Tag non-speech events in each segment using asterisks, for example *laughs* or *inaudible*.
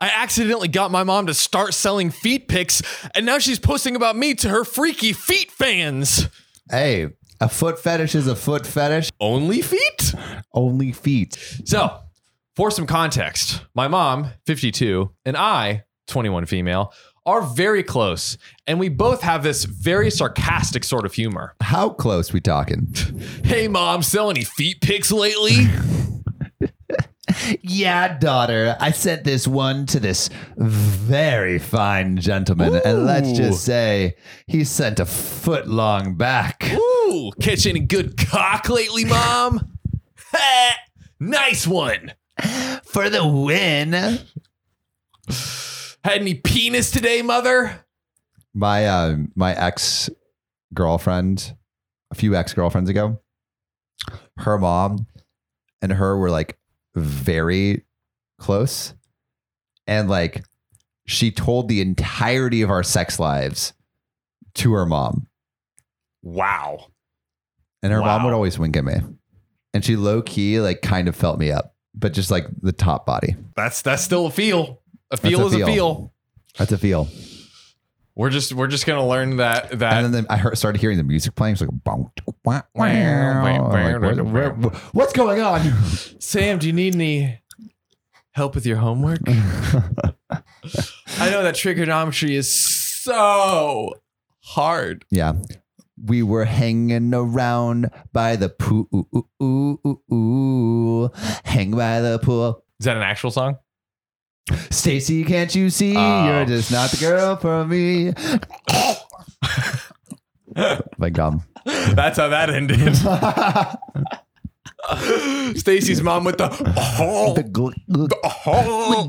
I accidentally got my mom to start selling feet pics, and now she's posting about me to her freaky feet fans. Hey, a foot fetish is a foot fetish. Only feet? Only feet. So, for some context, my mom, 52, and I, 21 female, are very close, and we both have this very sarcastic sort of humor. How close we talking? Hey, mom, sell any feet pics lately? Yeah, daughter. I sent this one to this very fine gentleman, and let's just say he sent a foot long back. Ooh, catch any good cock lately, mom? *laughs* nice one. for the win. Had any penis today, mother? My uh, my ex girlfriend, a few ex girlfriends ago, her mom and her were like very close, and like she told the entirety of our sex lives to her mom, Wow. and her mom Wow. would always wink at me, and she low key like kind of felt me up, but just like the top body. That's that's still a feel. A That's feel is a feel. That's a feel. We're just we're just gonna learn that that And then the, I heard, started hearing the music playing. It's like, "Bong, wah, wah." I'm like, "Where- where- what's going on? Sam, do you need any help with your *laughs* homework? I know that trigonometry is so hard. yeah. We were hanging around by the pool. Ooh, ooh, ooh, ooh. Hang by the pool. Is that an actual song? Stacy, can't you see? Oh. You're just not the girl for me. My gum. That's how that *laughs* ended. *laughs* Stacy's mom with the "Oh, The gl- gl-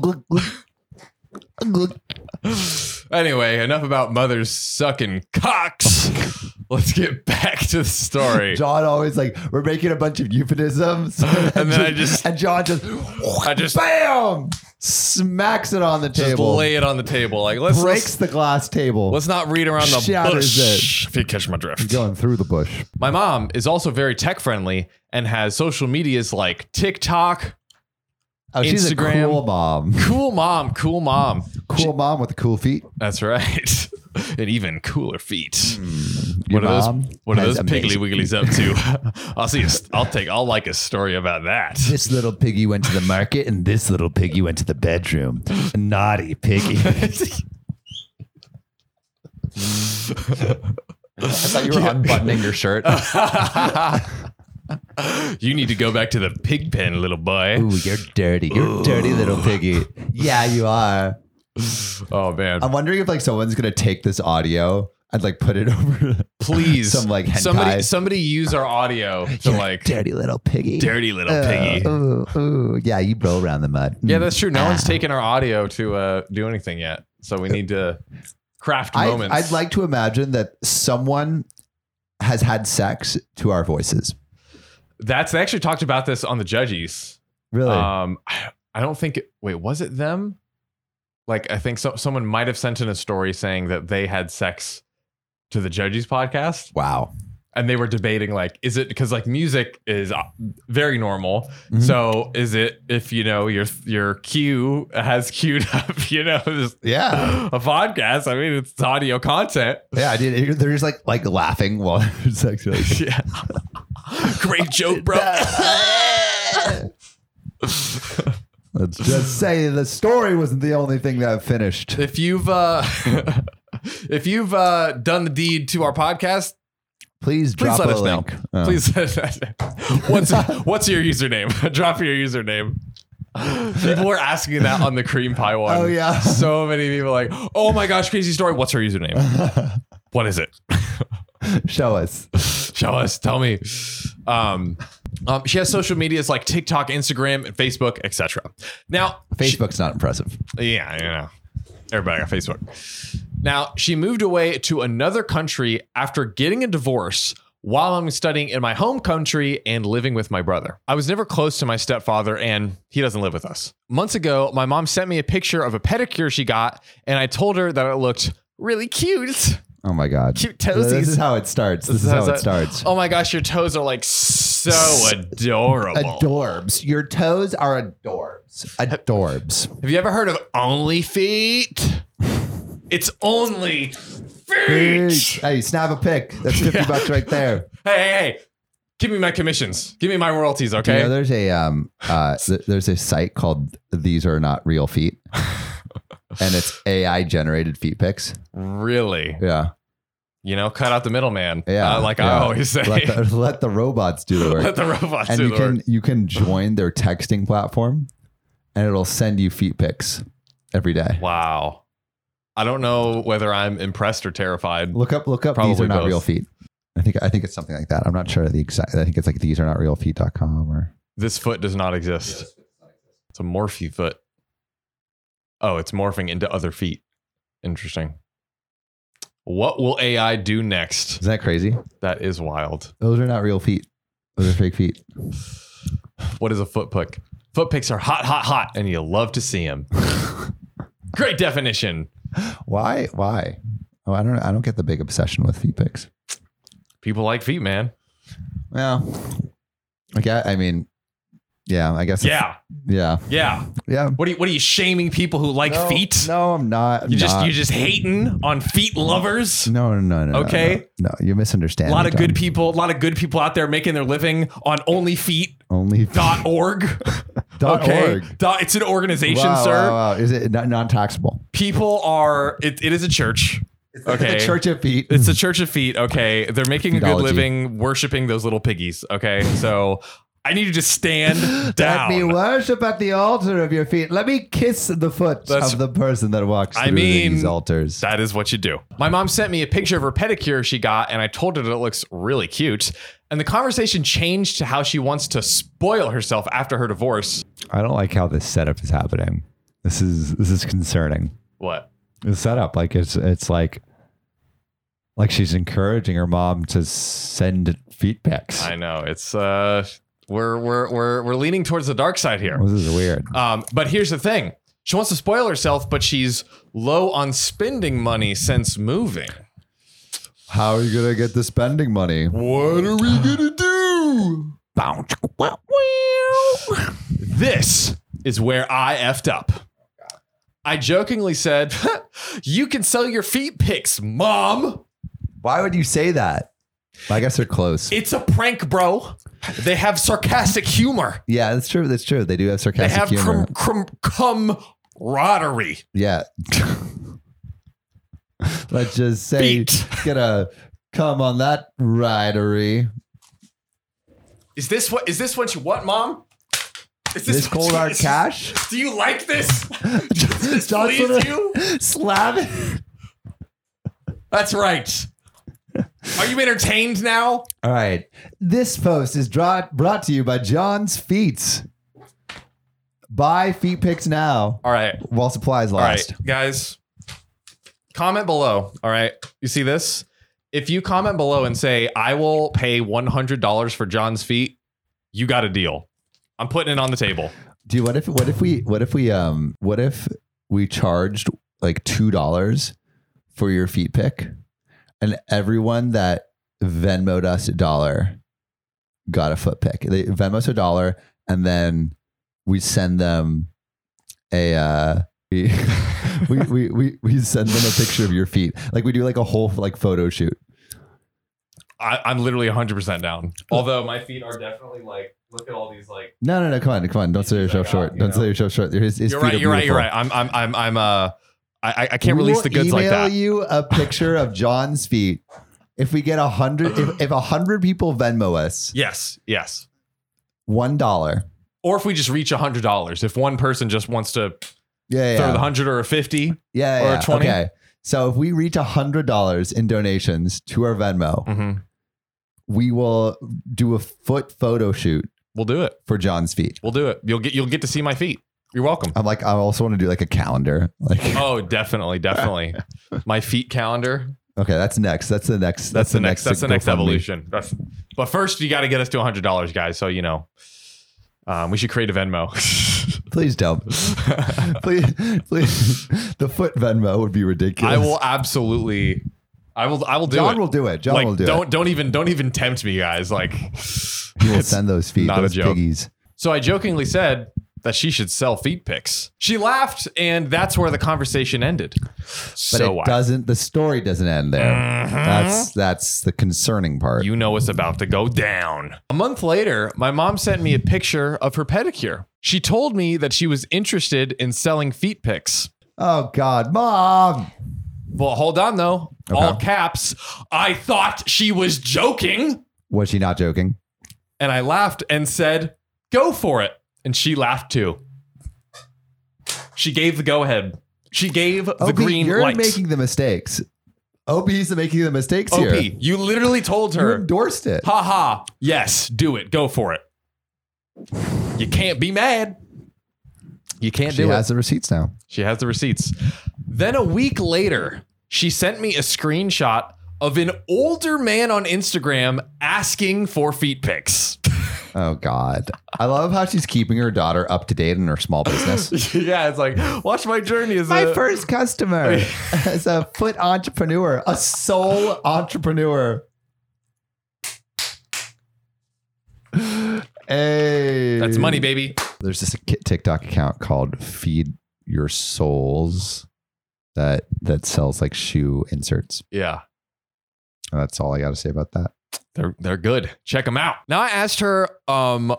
gl- gl- gl- Anyway, enough about mothers sucking *laughs* cocks. Let's get back to the story. John always like, we're making a bunch of euphemisms. And then I just- *laughs* and John just, I just bam, smacks it on the just table, lay it on the table. Like let's breaks let's, the glass table. let's not read around the Shatters bush. If you catch my drift. going through the bush. My mom is also very tech friendly and has social medias like TikTok. Oh, she's a Instagram. cool mom. Cool mom, cool mom. Cool mom with cool feet. That's right. *laughs* and even cooler feet. Hmm. Your What are mom those? What are has those piggly amazing- wigglies up to? *laughs* I'll see. A, st- I'll take. I'll like a story about *laughs* that. This little piggy went to the market, and this little piggy went to the bedroom. Naughty *laughs* piggy. I thought you were unbuttoning your shirt. you need to go back to the pig pen, little boy. Ooh, you're dirty. You're a dirty little piggy. Yeah, you are. Oh man! I'm wondering if like someone's gonna take this audio and like put it *laughs* over Please, *laughs* some, like, hentai. somebody, somebody use our audio to You're a like dirty little piggy. dirty little Oh, piggy. Ooh, ooh. Yeah, you roll around the mud. Yeah, Mm. that's true. No one's taken our audio to uh, do anything yet, so we need to craft Uh, I, moments. I'd like to imagine that someone has had sex to our voices. that's. They actually talked about this on the judges. Really? Um, I, I don't think. It, wait, was it them? Like, I think so, someone might have sent in a story saying that they had sex to the judges podcast, wow. and they were debating like, is it because like music is uh, very normal? Mhm. So is it if you know your your cue has queued *laughs* up, you know, *laughs* this, Yeah. a podcast? I mean, it's audio content. Yeah, I did. They're just like like laughing while *laughs* they're sexually. *laughs* Yeah. Great joke, bro. *laughs* Let's just say the story wasn't the only thing that finished. *laughs* if you've uh *laughs* if you've uh done the deed to our podcast, Please please drop let a us know. link. Oh. Please *laughs* what's what's your username? *laughs* Drop your username. People were asking that on the cream pie one. Oh, yeah. *laughs* So many people like, oh my gosh, crazy story. What's her username? *laughs* what is it? *laughs* show us. Show us. Tell me. Um, um, she has social medias like TikTok, Instagram, and Facebook, etc. Now, she- Facebook's not impressive. yeah, you know, everybody on Facebook. Now, she moved away to another country after getting a divorce while I'm studying in my home country and living with my brother. I was never close to my stepfather and he doesn't live with us. Months ago, my mom sent me a picture of a pedicure she got and I told her that it looked really cute. Oh my god. Cute This is toesies. how it starts. This, is how it starts. *laughs* Oh my gosh, your toes are like so adorable. Adorbs. Your toes are adorbs. Adorbs. Have you ever heard of only feet? It's only feet. Hey, snap a pic. That's 50 Yeah. bucks right *laughs* there. Hey, hey, hey. Give me my commissions. Give me my royalties, Do okay? You know, there's a um uh th- there's a site called These Are Not Real *laughs* Feet. and it's AI generated feet pics. really? Yeah. You know, cut out the middleman. Yeah. Uh, like I yeah. always say. *laughs* Let the, let the robots do the work. Let the robots and do you the can work. you can join their texting platform and it'll send you feet pics every day. Wow. I don't know whether I'm impressed or terrified. Look up, look up. these Probably are not both. real feet. I think I think it's something like that. I'm not sure the exact. I think it's like these are not real feet.com or This foot does not exist. It's a morphe foot. Oh, it's morphing into other feet. Interesting. What will AI do next? is that crazy? That is wild. Those are not real feet. Those are fake feet. What is a foot pick? Foot picks are hot, hot, hot, and you love to see *laughs* them. Great definition. Why? Why? Oh, I don't. I don't get the big obsession with feet pics. People like feet, man. Well, like I, I mean, yeah. I guess. it's- Yeah, Yeah. yeah. Yeah. What are you? What are you shaming people who like No, feet? No, I'm not. I'm you just not. you just hating on feet lovers. No, no, no, no, no. Okay. No, no. you misunderstand. a lot of John. good people. A lot of good people out there making their living on OnlyFeet.org. Only *laughs* dot okay, org. Dot- it's an organization, Wow, sir. wow, wow. Is it non- non-taxable? People are. It, it is a church. Okay. The *laughs* church of feet. It's a church of feet. Okay, they're making a good Feetology. living worshiping those little piggies. Okay, so I need you to stand Let me down. worship at the altar of your feet. Let me kiss the foot That's- of the person that walks I through mean- these altars. That is what you do. My mom sent me a picture of her pedicure she got, and I told her that it looks really cute. And the conversation changed to how she wants to spoil herself after her divorce. I don't like how this setup is happening. This is this is concerning. What? The setup, like it's it's like like she's encouraging her mom to send feet pics. I know it's uh, we're we're we're we're leaning towards the dark side here. This is weird. Um, but here's the thing: she wants to spoil herself, but she's low on spending money since moving. How are you gonna get the spending money? What are we gonna do? Bounce. wow, wow. This is where I effed up. I jokingly said, *laughs* "You can sell your feet pics, mom. Why would you say that? I guess they're close. It's a prank, bro. They have sarcastic humor. yeah, that's true. That's true. They do have They sarcastic have humor. com- com- camaraderie." yeah. Let's just say Feet. gonna come on that ridery. Is this what is this what you want, mom? Is This what cold you- hard is- *laughs* cash. Do you like this? Does this John please Cena- you? Slab. That's right. Are you entertained now? All right. This post is draw- brought to you by John's Feet. Buy feet picks now All right. while supplies All right, last. guys. Comment below. All right. You see this? If you comment below and say, I will pay $100 for John's feet, you got a deal. I'm putting it on the table. Dude, what if what if we what if we um what if we charged like two dollars for your feet pick, and everyone that Venmoed us a dollar got a foot pick. They Venmo us a dollar, and then we send them a. Uh, *laughs* we, we, we, we, we send them a picture of your feet. Like we do like a whole like photo shoot. I, I'm literally 100% down. Although my feet are definitely like, look at all these like. No, no, no. Come on, come on. Don't sell yourself short. Don't sell yourself short. His, his you're feet right. are You're right. You're beautiful. right. I'm. I'm. I'm. I'm. Uh. I. I- I can't We release will the goods like email that. you a picture of John's feet. If we get a hundred, if, if a hundred people Venmo us Yes. Yes. one dollar, Or if we just reach a hundred dollars, if one person just wants to yeah, yeah, throw the hundred or a fifty, yeah, or yeah, a 20. Okay, so if we reach a hundred dollars in donations to our Venmo, mhm, we will do a foot photo shoot we'll do it. for John's feet. We'll do it. You'll get. You'll get to see my feet. You're welcome. I'm like, I also want to do like a calendar. Like, *laughs* Oh, definitely, definitely. My feet calendar. okay, that's next. That's the next. That's, the next. That's the next GoFundMe. evolution. That's. But first, you got to get us to hundred dollars, guys. So you know, um, we should create a Venmo. *laughs* Please don't. please, please. The foot Venmo would be ridiculous. I will absolutely. I will. I will do John it. will do it. John like, will do don't it. don't even don't even tempt me, guys. Like, He will it's- send those feet, not a those joke. piggies. so I jokingly said that she should sell feet pics. She laughed, and that's where the conversation ended. But so it I- doesn't. The story doesn't end there. That's that's the concerning part. you know it's about to go down. A month later, my mom sent me a picture of her pedicure. She told me that she was interested in selling feet pics. oh God, mom! Well, hold on though. Okay. All caps. I thought she was joking. Was she not joking? And I laughed and said, Go for it. And she laughed too. She gave the go ahead. She gave the OP, green you're light. making the mistakes. OP's making the mistakes OP, here. you literally told You her, endorsed it. Ha ha. Yes, do it. Go for it. You can't be mad. You can't She do it. has the receipts now. She has the receipts. Then a week later, she sent me a screenshot of an older man on Instagram asking for feet pics. *laughs* Oh God, I love how she's keeping her daughter up to date in her *laughs* small business. yeah, it's like, watch my journey as My a *laughs* first customer is a foot entrepreneur, a sole entrepreneur. Hey, That's money, baby. There's this TikTok account called Feed Your Souls that that sells like shoe inserts. Yeah. And that's all I got to say about that. They're they're good. Check them out. Now I asked her, um,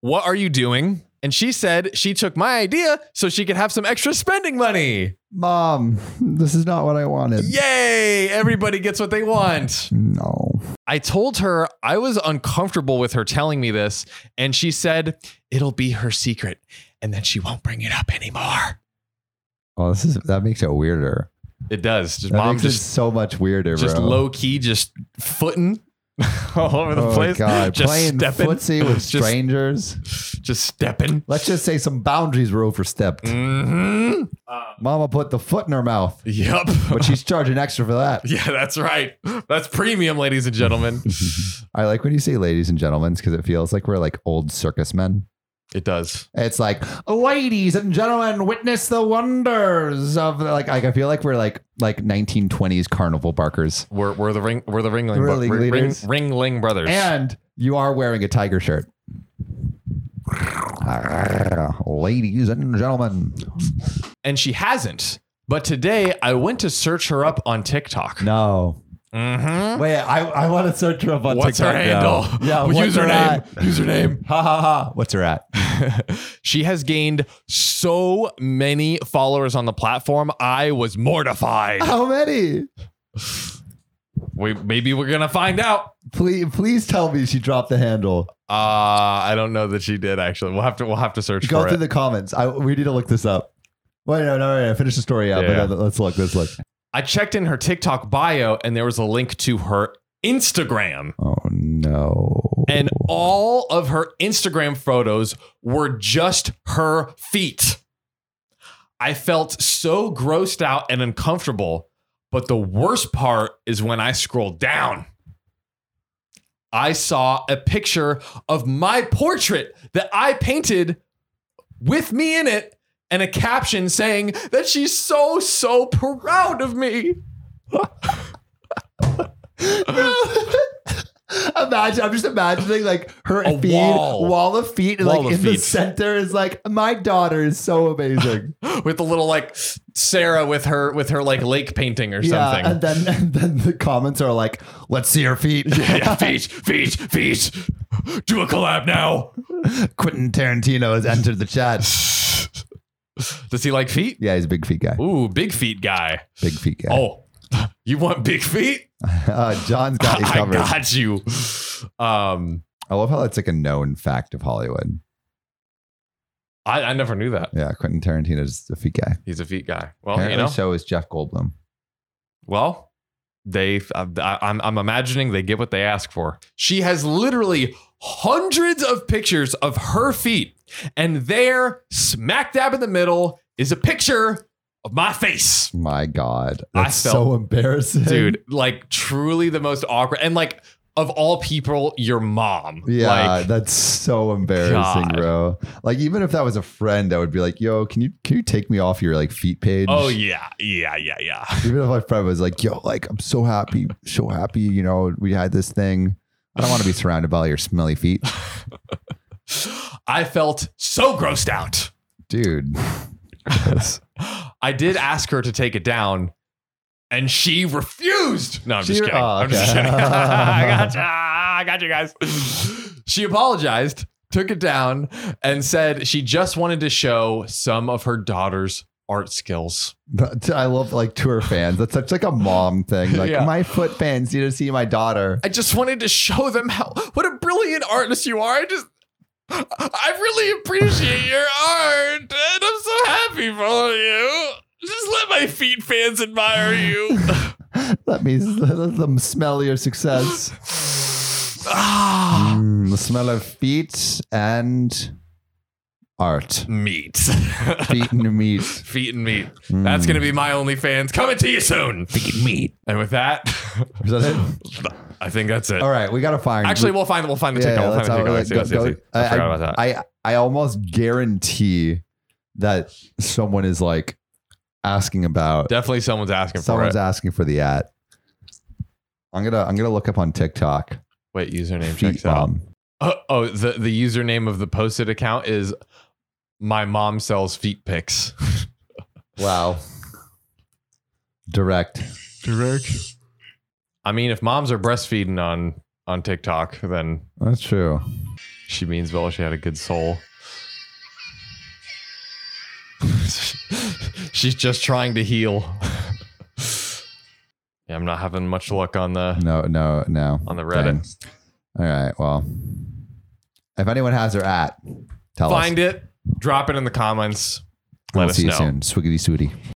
what are you doing? And she said she took my idea so she could have some extra spending money. Mom, this is not what I wanted. Yay! Everybody gets what they want. No. I told her I was uncomfortable with her telling me this, and she said it'll be her secret, and then she won't bring it up anymore. Oh, this is that makes it weirder. It does. Just That mom makes it just so much weirder, just bro. low key, just footing *laughs* all over the oh place. God, just playing stepping, footsie with *laughs* Just- strangers. just stepping. Let's just say some boundaries were overstepped. Mm-hmm. Mama put the foot in her mouth, Yep. but she's charging extra for that. *laughs* yeah, that's right. That's premium, ladies and *laughs* gentlemen. I like when you say ladies and gentlemen because it feels like we're like old circus men. it does. It's like, ladies and gentlemen, witness the wonders of like, like I feel like we're like like 1920s carnival barkers. We're, we're the ring we're the ringling We're bro- the ring, ring, leaders. ringling brothers. And you are wearing a tiger shirt. *laughs* Ladies and gentlemen. and she hasn't. But today I went to search her up on TikTok. No. Mm-hmm. *laughs* Wait, I, I want to search her up on What's her TikTok now. handle? *laughs* Yeah, what's her username. at? Username. Ha ha ha. What's her at? she has gained so many followers on the platform. I was mortified. *laughs* How many? we maybe we're gonna find out. Please, please tell me she dropped the handle. Uh, I don't know that she did actually. We'll have to we'll have to search Go for through it. the comments. I, we need to look this up. Wait, no, no, no, no. Finish the story up. Yeah. and then let's look. Let's look. I checked in her TikTok bio and there was a link to her Instagram. Oh no. *laughs* And all of her Instagram photos were just her feet. I felt so grossed out and uncomfortable. But the worst part is when I scrolled down, I saw a picture of my portrait that I painted with me in it and a caption saying that she's so, so proud of me. *laughs* Imagine, I'm just imagining like her A feed, wall. wall. of feet, and Wall like in of the feet. center is like, my daughter is so amazing. with the little like Sarah with her with her like lake painting or yeah, *laughs* something. and then and then the comments are like, let's see her *laughs* feet. yeah, feet, feet, feet. Do a collab now. *laughs* Quentin Tarantino has entered the chat. Does he like feet? Yeah, he's a big feet guy. Ooh, big feet guy. Big feet guy. Oh, you want big feet? *laughs* Uh, John's got you *laughs* I covered. got you. Um, I love how that's like a known fact of Hollywood. I, I never knew that. Yeah, Quentin Tarantino's a feet guy. He's a feet guy. Well, Apparently, you know, so is Jeff Goldblum. well, they. I, I- I'm I'm imagining they get what they ask for. She has literally hundreds of pictures of her feet, and there, smack dab in the middle, is a picture of my face. My God, I that's felt- so embarrassing, dude like truly the most awkward and like of all people, your mom. Yeah, Like, that's so embarrassing, God. bro. Like even if that was a friend, I would be like, "Yo, can you can you take me off your like feet page?" oh yeah, yeah, yeah, yeah. Even if my friend was like, "Yo, like I'm so happy, so happy," you know, we had this thing. I don't want to be surrounded by all your smelly feet, I felt so grossed out. dude. That's- I did ask her to take it down, and she refused. No, I'm She- just kidding. oh, I'm just okay. kidding. *laughs* I got *laughs* you. I got you guys. She apologized, took it down, and said she just wanted to show some of her daughter's art skills. But I love like to her fans. That's such like a mom thing. Like Yeah. my foot fans need to see my daughter. I just wanted to show them how what a brilliant artist you are. I just I really appreciate your art, and I'm so happy for you. Just let my feet fans admire you. Let me let them smell your success. *laughs* ah. Mm, the smell of feet and art. meat. *laughs* Feet and meat. Feet and meat. That's going to be my OnlyFans coming to you soon. Feet and meat. And with that, Is that it? I think that's it. All right, we gotta find. Actually, we'll find we'll find the yeah, TikTok. We'll let's find the TikTok. I have- let's see, I see, I go- see. go- I I- forgot about that. I I almost guarantee that someone is like asking about. Definitely, someone's asking for Someone's it. asking for the at. I'm gonna I'm gonna look up on TikTok. Wait, username Feet checks out. bomb. Oh, oh, the the username of the posted account is my mom sells feet pics. *laughs* Wow. Direct. Direct. I mean, if moms are breastfeeding on on TikTok, then That's true. She means well. She had a good soul. *laughs* She's just trying to heal. *laughs* yeah, I'm not having much luck on the No, no, no. on the Reddit. All right. Well, if anyone has their at, tell us. Find it. Drop it in the comments. Let we'll us see know. you soon. Swiggity swooty.